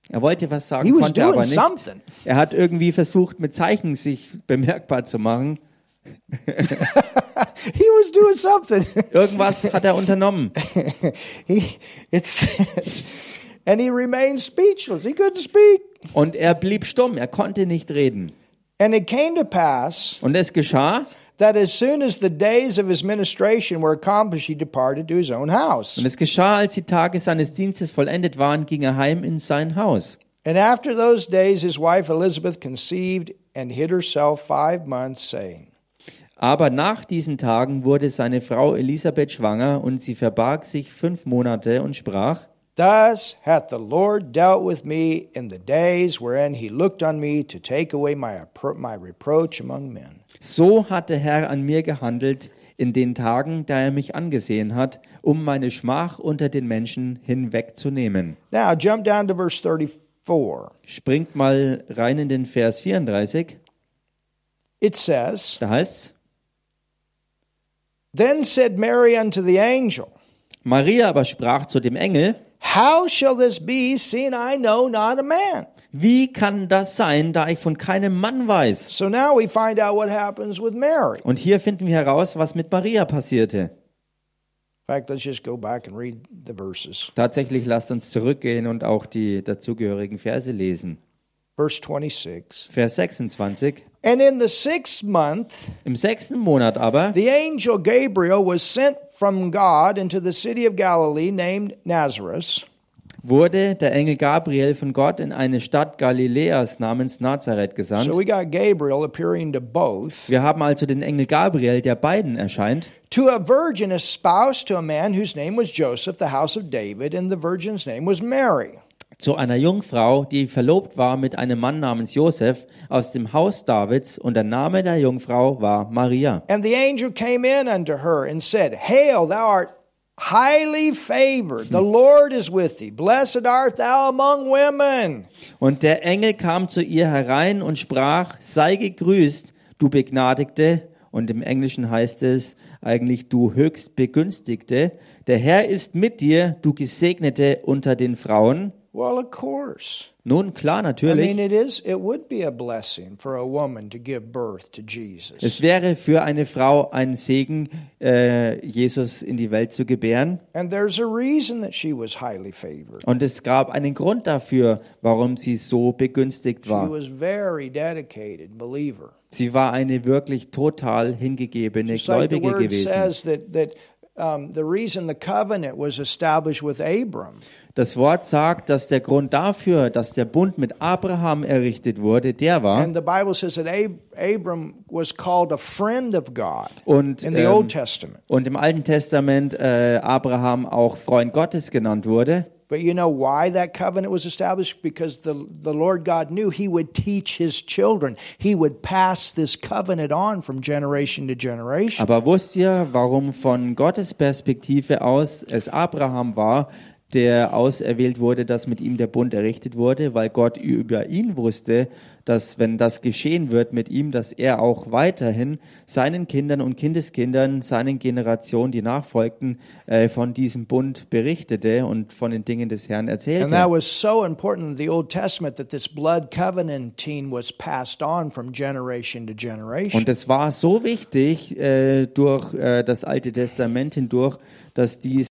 Speaker 2: Er wollte was
Speaker 1: He
Speaker 2: sagen,
Speaker 1: was
Speaker 2: konnte aber
Speaker 1: doing
Speaker 2: nicht.
Speaker 1: something.
Speaker 2: Er hat irgendwie versucht, mit Zeichen sich bemerkbar zu machen.
Speaker 1: He was doing something.
Speaker 2: Irgendwas hat er unternommen.
Speaker 1: he, it says, and he remained speechless. He couldn't speak.
Speaker 2: Und er blieb stumm, er konnte nicht reden.
Speaker 1: And it came to pass
Speaker 2: Und es geschah,
Speaker 1: that as soon as the days of his ministration were accomplished, he departed to his own house.
Speaker 2: und es geschah, als die Tage seines Dienstes vollendet waren, ging er heim in sein Haus.
Speaker 1: And after those days, his wife Elizabeth conceived and hid herself five months, saying,
Speaker 2: Aber nach diesen Tagen wurde seine Frau Elisabeth schwanger und sie verbarg sich fünf Monate und sprach,
Speaker 1: Thus hath the Lord dealt with me in the days wherein he looked on me to take away my, appro- my reproach among men.
Speaker 2: So hat der Herr an mir gehandelt in den Tagen, da er mich angesehen hat, um meine Schmach unter den Menschen hinwegzunehmen.
Speaker 1: Now, jump down to verse 34.
Speaker 2: Springt mal rein in den Vers 34.
Speaker 1: It says,
Speaker 2: Da heißt's:
Speaker 1: Then said Mary unto the angel,
Speaker 2: Maria aber sprach zu dem Engel:
Speaker 1: How shall this be, seeing I know not a man?
Speaker 2: Wie kann das sein, da ich von keinem Mann weiß?
Speaker 1: So now we find out what happens with Mary.
Speaker 2: Und hier finden wir heraus, was mit Maria passierte.
Speaker 1: In fact, let's just go back and read the verses.
Speaker 2: Tatsächlich lasst uns zurückgehen und auch die dazugehörigen Verse lesen.
Speaker 1: Verse 26.
Speaker 2: Vers 26.
Speaker 1: And in the sixth month,
Speaker 2: Im sechsten Monat aber
Speaker 1: the angel Gabriel was sent from God into the city of Galilee named Nazareth
Speaker 2: wurde der Engel Gabriel von Gott in eine Stadt Galiläas namens Nazareth
Speaker 1: So
Speaker 2: gesandt.
Speaker 1: we got Gabriel appearing to both,
Speaker 2: Wir haben also den Engel Gabriel, der beiden erscheint,
Speaker 1: to a virgin espoused to a man whose name was Joseph, the house of David, and the virgin's name was Mary.
Speaker 2: zu einer Jungfrau, die verlobt war mit einem Mann namens Josef aus dem Haus Davids und der Name der Jungfrau war Maria.
Speaker 1: And the angel came in unto her and said, Hail, thou art highly favored, the Lord is with thee. Blessed art thou among women.
Speaker 2: Und der Engel kam zu ihr herein und sprach, sei gegrüßt, du Begnadigte, und im Englischen heißt es eigentlich du höchst Begünstigte, der Herr ist mit dir, du Gesegnete unter den Frauen.
Speaker 1: Well, of course.
Speaker 2: Nun klar,
Speaker 1: I
Speaker 2: natürlich.
Speaker 1: mean, it is. It would be a blessing for a woman to give birth to Jesus,
Speaker 2: Es wäre für eine Frau ein Segen, äh, Jesus in die Welt zu gebären.
Speaker 1: and there's a reason that she was highly favored.
Speaker 2: Und es gab einen Grund dafür, warum sie so begünstigt
Speaker 1: She
Speaker 2: war.
Speaker 1: was very dedicated believer.
Speaker 2: Sie war eine wirklich total hingegebene
Speaker 1: It's like the
Speaker 2: Gläubige
Speaker 1: word
Speaker 2: gewesen.
Speaker 1: says that that um, the reason the covenant was established with Abram
Speaker 2: Das Wort sagt, dass der Grund dafür, dass der Bund mit Abraham errichtet wurde, der war.
Speaker 1: And the Bible says that Ab- Abram was called a friend of God
Speaker 2: Und,
Speaker 1: in the
Speaker 2: ähm,
Speaker 1: Old Testament.
Speaker 2: und im Alten Testament äh, Abraham auch Freund Gottes genannt wurde.
Speaker 1: But you know why that covenant was established? Because the, the Lord God knew He would teach His children. He would pass this covenant on from generation to generation.
Speaker 2: Aber wusst ihr, warum von Gottes Perspektive aus es Abraham war, der auserwählt wurde, dass mit ihm der Bund errichtet wurde? Weil Gott über ihn wusste, dass wenn das geschehen wird mit ihm, dass er auch weiterhin seinen Kindern und Kindeskindern, seinen Generationen, die nachfolgten, äh, von diesem Bund berichtete und von den Dingen des Herrn
Speaker 1: And that
Speaker 2: erzählte.
Speaker 1: was so important in the Old Testament that this blood covenanting was passed on from generation to generation.
Speaker 2: Und es war so wichtig äh, durch äh, das Alte Testament hindurch, dass, diese,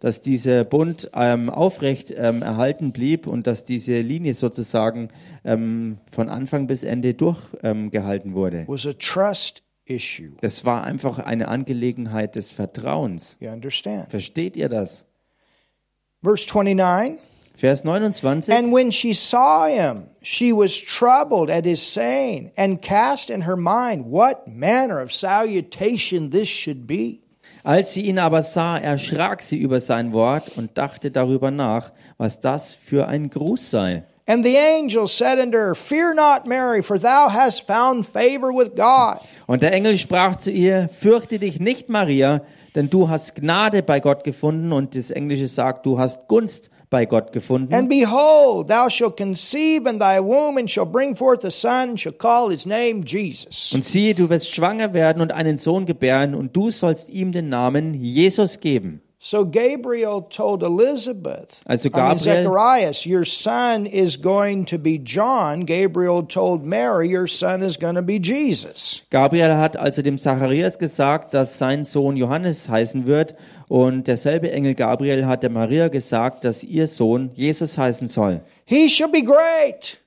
Speaker 2: dass dieser Bund ähm, aufrecht ähm, erhalten blieb und dass diese Linie sozusagen ähm, von Anfang bis Ende durchgehalten ähm, gehalten wurde.
Speaker 1: It was a trust issue.
Speaker 2: Das war einfach eine Angelegenheit des Vertrauens.
Speaker 1: You understand?
Speaker 2: Versteht ihr das?
Speaker 1: Verse 29.
Speaker 2: Vers 29.
Speaker 1: And when she saw him, she was troubled at his saying, and cast in her mind what manner of salutation this should be.
Speaker 2: Als sie ihn aber sah, erschrak sie über sein Wort und dachte darüber nach, was das für ein Gruß sei.
Speaker 1: And the angel said unto her, Fear not, Mary, for thou hast found favor with God.
Speaker 2: Und der Engel sprach zu ihr, fürchte dich nicht, Maria, denn du hast Gnade bei Gott gefunden und das Englische sagt, du hast Gunst bei Gott gefunden.
Speaker 1: And behold, thou shalt conceive in thy womb, and shalt bring forth a son, and shalt call his name Jesus.
Speaker 2: Und siehe, du wirst schwanger werden und einen Sohn gebären und du sollst ihm den Namen Jesus geben.
Speaker 1: So Gabriel told Elizabeth,
Speaker 2: Also
Speaker 1: I mean,
Speaker 2: Gabriel-
Speaker 1: Zacharias, your son is going to be John. Gabriel told Mary, your son is going to be Jesus.
Speaker 2: Gabriel hat also dem Zacharias gesagt, dass sein Sohn Johannes heißen wird und derselbe Engel Gabriel hat der Maria gesagt, dass ihr Sohn Jesus heißen soll.
Speaker 1: He shall be great.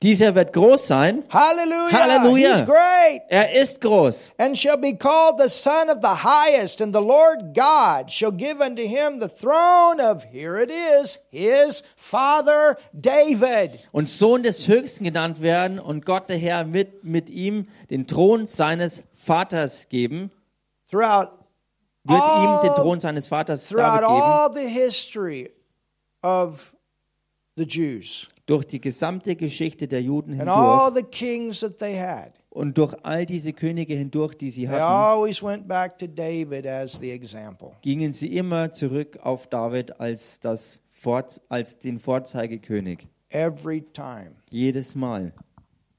Speaker 2: Dieser wird groß sein.
Speaker 1: Hallelujah.
Speaker 2: Hallelujah.
Speaker 1: He's great.
Speaker 2: Er ist groß.
Speaker 1: And shall be called the Son of the Highest, and the Lord God shall give unto him the throne of, here it is, his father David.
Speaker 2: und Sohn des Höchsten genannt werden und Gott der Herr wird mit ihm den Thron seines Vaters geben,
Speaker 1: Throughout
Speaker 2: wird
Speaker 1: all
Speaker 2: ihm den Thron seines Vaters
Speaker 1: throughout
Speaker 2: David geben.
Speaker 1: all the history of the Jews
Speaker 2: Durch die gesamte Geschichte der Juden
Speaker 1: and all
Speaker 2: hindurch
Speaker 1: the kings that they had.
Speaker 2: und durch all diese Könige hindurch, die sie
Speaker 1: They
Speaker 2: hatten,
Speaker 1: always went back to David as the example.
Speaker 2: gingen sie immer zurück auf David als, das Vorz als den Vorzeigekönig.
Speaker 1: Every time
Speaker 2: Jedes Mal.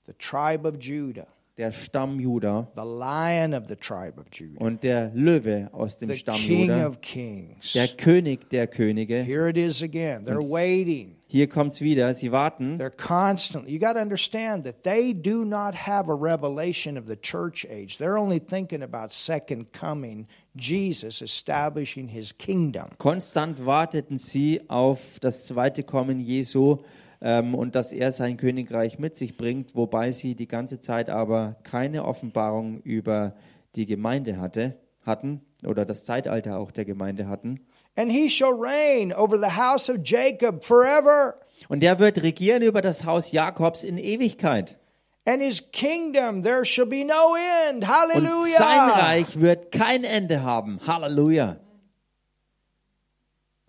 Speaker 1: the tribe of Judah,
Speaker 2: der Stamm Juda
Speaker 1: the lion of the tribe of Judah,
Speaker 2: und der Löwe aus dem
Speaker 1: the
Speaker 2: Stamm
Speaker 1: king
Speaker 2: Juda,
Speaker 1: of kings.
Speaker 2: der König der Könige.
Speaker 1: Here it is again. They're waiting.
Speaker 2: Hier kommt's wieder, sie warten.
Speaker 1: They're constantly. You got to understand that they do not have a revelation of the church age. They're only thinking about second coming, Jesus establishing his kingdom.
Speaker 2: Konstant warteten sie auf das zweite Kommen Jesu ähm, und dass er sein Königreich mit sich bringt, wobei sie die ganze Zeit aber keine Offenbarung über die Gemeinde hatte, hatten oder das Zeitalter auch der Gemeinde hatten.
Speaker 1: And he shall reign over the house of Jacob forever.
Speaker 2: Und der wird regieren über das Haus Jakobs in Ewigkeit.
Speaker 1: And his kingdom there shall be no end.
Speaker 2: Und
Speaker 1: Hallelujah.
Speaker 2: sein Reich wird kein Ende haben. Halleluja.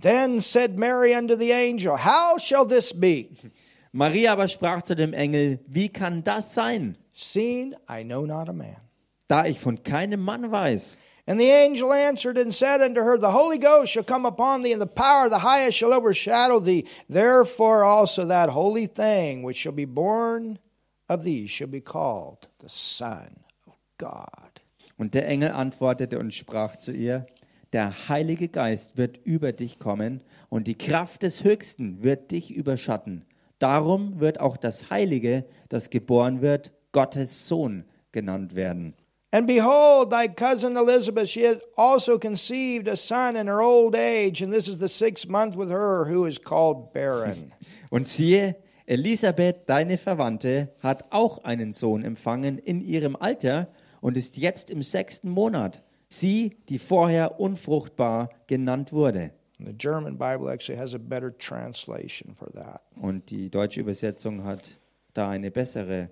Speaker 1: Then said Mary unto the angel, How shall this be?
Speaker 2: Maria aber sprach zu dem Engel, wie kann das sein,
Speaker 1: Seeing I know not a man.
Speaker 2: da ich von keinem Mann weiß?
Speaker 1: And the angel answered and said unto her, The Holy Ghost shall come upon thee, and the power of the highest shall overshadow thee. Therefore also that holy thing which shall be born of thee shall be called the Son of God.
Speaker 2: Und der Engel antwortete und sprach zu ihr, der Heilige Geist wird über dich kommen und die Kraft des Höchsten wird dich überschatten. Darum wird auch das Heilige, das geboren wird, Gottes Sohn genannt werden.
Speaker 1: And behold, thy cousin Elizabeth, she had also conceived a son in her old age, and this is the sixth month with her, who is called barren.
Speaker 2: Und siehe, Elisabeth, deine Verwandte, hat auch einen Sohn empfangen in ihrem Alter und ist jetzt im sechsten Monat. Sie, die vorher unfruchtbar genannt wurde.
Speaker 1: And the German Bible actually has a better translation for that.
Speaker 2: Und die deutsche Übersetzung hat da eine bessere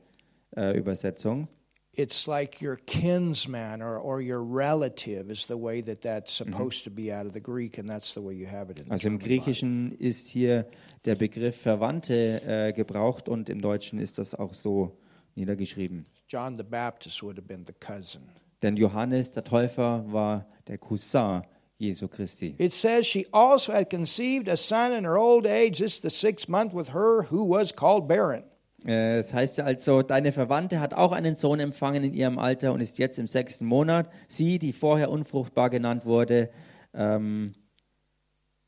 Speaker 2: äh, Übersetzung.
Speaker 1: It's like your kinsman or, or your relative is the way that that's supposed to be out of the Greek, and that's the way you have it in the
Speaker 2: Also
Speaker 1: German
Speaker 2: im
Speaker 1: Bible.
Speaker 2: Griechischen ist hier der Begriff Verwandte äh, gebraucht und im Deutschen ist das auch so niedergeschrieben.
Speaker 1: John the Baptist would have been the cousin.
Speaker 2: Denn Johannes der Täufer war der Cousin Jesu Christi.
Speaker 1: It says she also had conceived a son in her old age. This is the sixth month with her who was called barren.
Speaker 2: Äh, Es heißt ja also, deine Verwandte hat auch einen Sohn empfangen in ihrem Alter und ist jetzt im sechsten Monat. Sie, die vorher unfruchtbar genannt wurde. Ähm,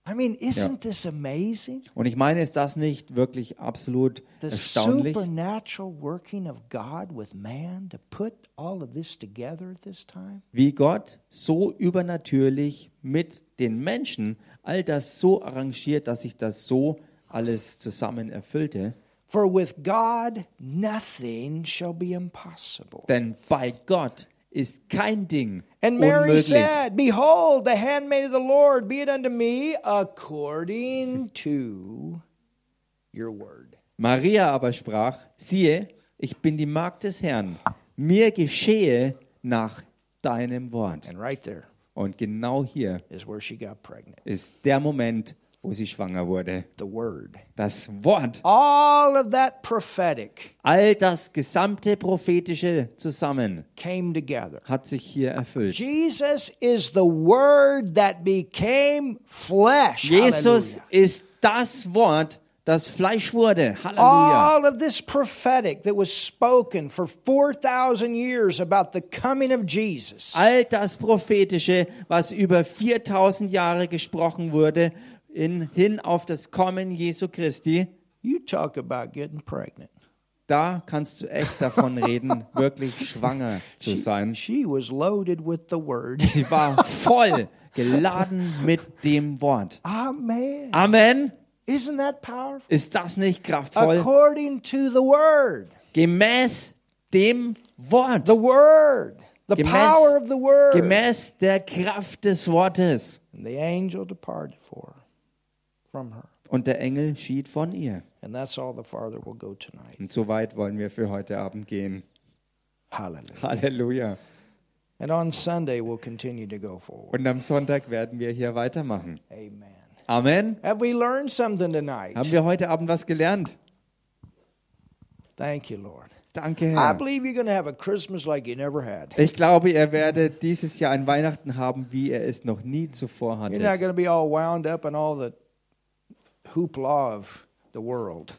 Speaker 1: I mean, isn't this amazing?
Speaker 2: und ich meine, ist das nicht wirklich absolut
Speaker 1: The
Speaker 2: erstaunlich?
Speaker 1: supernatural working of God with man to put all of this together at this time?
Speaker 2: wie Gott so übernatürlich mit den Menschen all das so arrangiert, dass sich das so alles zusammen erfüllte.
Speaker 1: For with God nothing shall be impossible.
Speaker 2: Denn bei Gott ist kein Ding
Speaker 1: And Mary
Speaker 2: unmöglich.
Speaker 1: said, Behold, the handmaid of the Lord, be it unto me according to your word.
Speaker 2: Maria aber sprach, siehe, ich bin die Magd des Herrn, mir geschehe nach deinem Wort.
Speaker 1: And right there
Speaker 2: Und genau hier
Speaker 1: is where she got pregnant.
Speaker 2: ist der Moment, wo sie schwanger wurde.
Speaker 1: The word.
Speaker 2: Das Wort,
Speaker 1: All of that prophetic
Speaker 2: all das gesamte prophetische zusammen
Speaker 1: came together.
Speaker 2: hat sich hier erfüllt.
Speaker 1: Jesus is the word that became flesh.
Speaker 2: Jesus
Speaker 1: Hallelujah.
Speaker 2: ist das Wort, das Fleisch wurde. Halleluja.
Speaker 1: All of this prophetic that was spoken for 4,000 years about the coming of Jesus.
Speaker 2: All das Prophetische, was über 4000 Jahre gesprochen wurde, in, hin auf das Kommen Jesu Christi,
Speaker 1: You talk about getting pregnant.
Speaker 2: da kannst du echt davon reden, wirklich schwanger zu sein.
Speaker 1: She was loaded with the word.
Speaker 2: Sie war voll geladen mit dem Wort.
Speaker 1: Amen.
Speaker 2: Amen.
Speaker 1: Ah, Isn't that powerful?
Speaker 2: Ist das nicht kraftvoll?
Speaker 1: According to the word.
Speaker 2: Gemäß dem Wort.
Speaker 1: The word. The
Speaker 2: Gemäß-
Speaker 1: power of the word.
Speaker 2: Gemäß der Kraft des Wortes.
Speaker 1: And the angel departed for her, from her.
Speaker 2: Und der Engel schied von ihr.
Speaker 1: And that's all the farther we'll go tonight.
Speaker 2: Und so weit wollen wir für heute Abend gehen.
Speaker 1: Hallelujah.
Speaker 2: Halleluja.
Speaker 1: And on Sunday we'll continue to go forward.
Speaker 2: Und am Sonntag werden wir hier weitermachen.
Speaker 1: Amen.
Speaker 2: Amen.
Speaker 1: Have we learned something tonight?
Speaker 2: Haben wir heute Abend was gelernt?
Speaker 1: Thank you, Lord.
Speaker 2: Danke,
Speaker 1: I
Speaker 2: Herr.
Speaker 1: believe you're going to have a Christmas like you never had.
Speaker 2: Ich glaube, ihr werdet dieses Jahr ein Weihnachten haben, wie ihr es noch nie zuvor
Speaker 1: You're not
Speaker 2: hattet.
Speaker 1: going to be all wound up in all the hoopla of the world.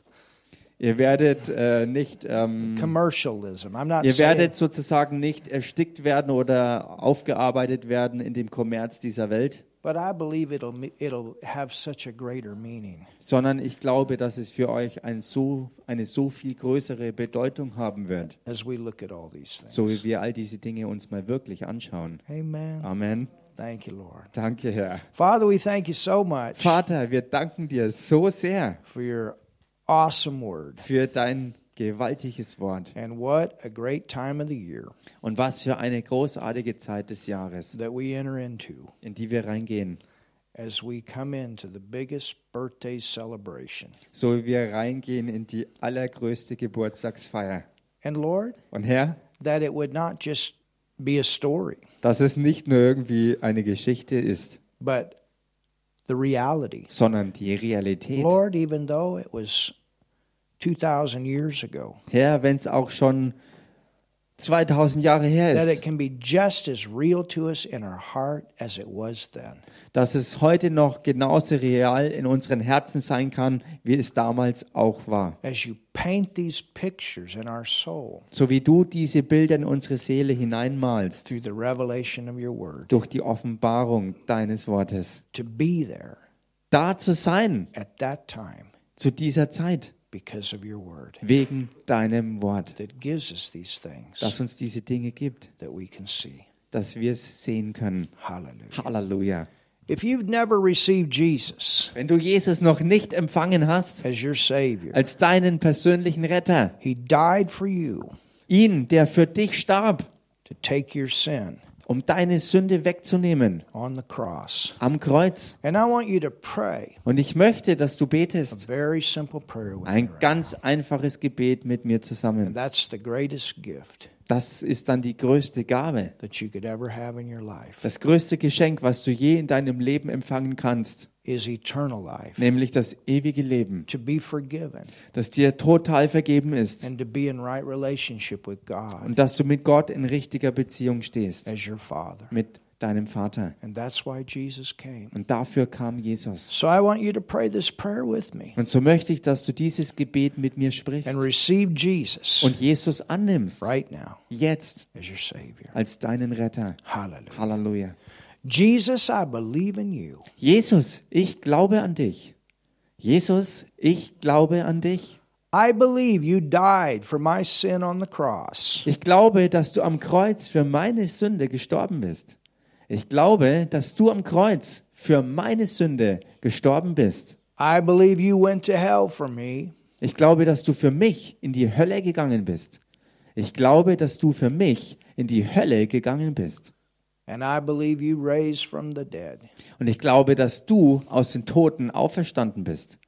Speaker 2: Ihr werdet äh, nicht, ähm,
Speaker 1: commercialism. I'm not
Speaker 2: ihr
Speaker 1: saying
Speaker 2: werdet sozusagen nicht erstickt werden oder aufgearbeitet werden in dem Kommerz dieser Welt,
Speaker 1: But I believe it'll me- it'll have such a greater meaning.
Speaker 2: sondern ich glaube, dass es für euch ein so, eine so viel größere Bedeutung haben wird,
Speaker 1: as we look at all these things.
Speaker 2: so wie wir all diese Dinge uns mal wirklich anschauen.
Speaker 1: Amen.
Speaker 2: Amen.
Speaker 1: Thank you, Lord.
Speaker 2: Danke, Herr.
Speaker 1: Father, we thank you so much
Speaker 2: Vater, wir danken dir so sehr
Speaker 1: for your awesome word.
Speaker 2: für dein gewaltiges Wort.
Speaker 1: And what a great time of the year
Speaker 2: Und was für eine großartige Zeit des Jahres,
Speaker 1: that we enter into
Speaker 2: in die wir reingehen.
Speaker 1: as we come into the biggest birthday celebration.
Speaker 2: So wie wir reingehen in die allergrößte Geburtstagsfeier.
Speaker 1: And Lord,
Speaker 2: Und Herr,
Speaker 1: that it would not just be a story,
Speaker 2: dass es nicht nur irgendwie eine Geschichte ist,
Speaker 1: but the reality.
Speaker 2: sondern die Realität.
Speaker 1: Lord, even though it was 2,000 years ago,
Speaker 2: Herr, wenn es auch schon 2000 Jahre her
Speaker 1: that it
Speaker 2: ist,
Speaker 1: can be just as real to us in our heart as it was then.
Speaker 2: dass es heute noch genauso real in unseren Herzen sein kann, wie es damals auch war.
Speaker 1: as you paint these pictures in our soul
Speaker 2: So wie du diese Bilder in unsere Seele hineinmalst,
Speaker 1: through the revelation of your word,
Speaker 2: durch die Offenbarung deines Wortes.
Speaker 1: to be there
Speaker 2: Da zu sein,
Speaker 1: at that time
Speaker 2: zu dieser Zeit,
Speaker 1: because of your word
Speaker 2: wegen deinem Wort,
Speaker 1: that gives us these things
Speaker 2: das uns diese Dinge gibt,
Speaker 1: that we can see.
Speaker 2: dass wir es sehen können.
Speaker 1: Hallelujah.
Speaker 2: Halleluja.
Speaker 1: If you've never received Jesus
Speaker 2: Wenn du Jesus noch nicht empfangen hast,
Speaker 1: as your Savior,
Speaker 2: als deinen persönlichen Retter,
Speaker 1: He died for you
Speaker 2: ihn, der für dich starb,
Speaker 1: to take your sin
Speaker 2: um deine Sünde wegzunehmen,
Speaker 1: on the cross.
Speaker 2: am Kreuz.
Speaker 1: And I want you to pray
Speaker 2: Und ich möchte, dass du
Speaker 1: a
Speaker 2: betest.
Speaker 1: very simple prayer with me.
Speaker 2: Ein ganz einfaches Gebet mit mir zusammen.
Speaker 1: That's the greatest gift
Speaker 2: Das ist dann die größte Gabe,
Speaker 1: that you could ever have in your life
Speaker 2: das größte Geschenk, was du je in deinem Leben empfangen kannst,
Speaker 1: is eternal life,
Speaker 2: nämlich das ewige Leben,
Speaker 1: to be forgiven.
Speaker 2: das dir total vergeben ist
Speaker 1: and to be in right relationship with God
Speaker 2: und dass du mit Gott in richtiger Beziehung stehst,
Speaker 1: as your Father.
Speaker 2: mit deinem Vater.
Speaker 1: And that's why Jesus came.
Speaker 2: Und dafür kam Jesus.
Speaker 1: So I want you to pray this prayer with me
Speaker 2: Und so möchte ich, dass du dieses Gebet mit mir sprichst
Speaker 1: and receive Jesus
Speaker 2: und Jesus annimmst,
Speaker 1: right now
Speaker 2: jetzt
Speaker 1: as your Savior.
Speaker 2: als deinen Retter.
Speaker 1: Hallelujah.
Speaker 2: Halleluja.
Speaker 1: Jesus, I believe in you.
Speaker 2: Jesus, ich glaube an dich. Jesus, ich glaube an dich.
Speaker 1: I believe you died for my sin on the cross.
Speaker 2: Ich glaube, dass du am Kreuz für meine Sünde gestorben bist. Ich glaube, dass du am Kreuz für meine Sünde gestorben bist.
Speaker 1: I believe you went to hell for me
Speaker 2: Ich glaube, dass du für mich in die Hölle gegangen bist. Ich glaube, dass du für mich in die Hölle gegangen bist.
Speaker 1: and I believe you raised from the dead.
Speaker 2: Und ich glaube, dass du aus den Toten auferstanden bist.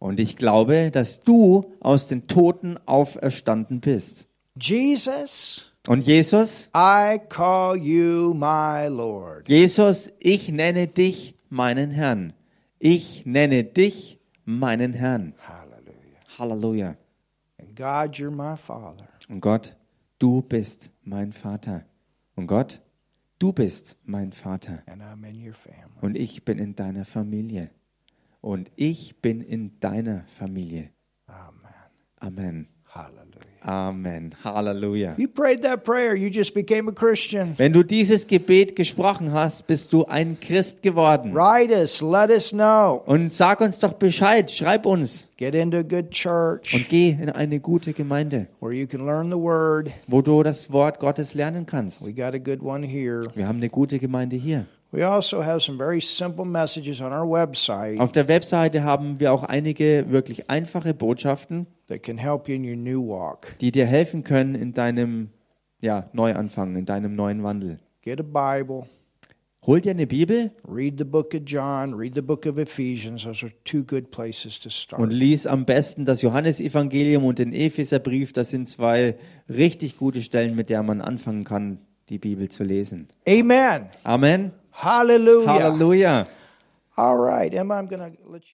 Speaker 2: Und ich glaube, dass du aus den Toten auferstanden bist.
Speaker 1: Jesus,
Speaker 2: Und Jesus,
Speaker 1: I call you my Lord.
Speaker 2: Jesus, ich nenne dich meinen Herrn. Ich nenne dich meinen Herrn.
Speaker 1: Hallelujah.
Speaker 2: Halleluja.
Speaker 1: And God, you're my Father.
Speaker 2: Und Gott, du bist mein Vater. Und Gott, du bist mein Vater.
Speaker 1: and I'm in your family.
Speaker 2: Und ich bin in deiner Familie. Und ich bin in deiner Familie.
Speaker 1: Amen.
Speaker 2: Amen.
Speaker 1: Hallelujah.
Speaker 2: Amen. Halleluja.
Speaker 1: You prayed that prayer, you just became a Christian.
Speaker 2: Wenn du dieses Gebet gesprochen hast, bist du ein Christ geworden.
Speaker 1: Write us, let us know.
Speaker 2: Und sag uns doch Bescheid, schreib uns
Speaker 1: Get into a good
Speaker 2: und
Speaker 1: church
Speaker 2: geh in eine gute Gemeinde,
Speaker 1: where you can learn the word.
Speaker 2: wo du das Wort Gottes lernen kannst.
Speaker 1: We got a good one here.
Speaker 2: Wir haben eine gute Gemeinde hier.
Speaker 1: We also have some very simple messages on our website
Speaker 2: Auf der Webseite haben wir auch einige wirklich einfache Botschaften,
Speaker 1: that can help you in your new walk.
Speaker 2: die dir helfen können in deinem ja, Neuanfang, in deinem neuen Wandel.
Speaker 1: Get a Bible,
Speaker 2: Hol dir eine Bibel
Speaker 1: read the book of John, read the book of Ephesians. Those are two good places to
Speaker 2: und
Speaker 1: start.
Speaker 2: lies am besten das Johannesevangelium und den Epheserbrief. Das sind zwei richtig gute Stellen, mit der man anfangen kann, die Bibel zu lesen.
Speaker 1: Amen.
Speaker 2: Amen.
Speaker 1: Hallelujah.
Speaker 2: Halleluja.
Speaker 1: All right, Emma, I'm going to let you.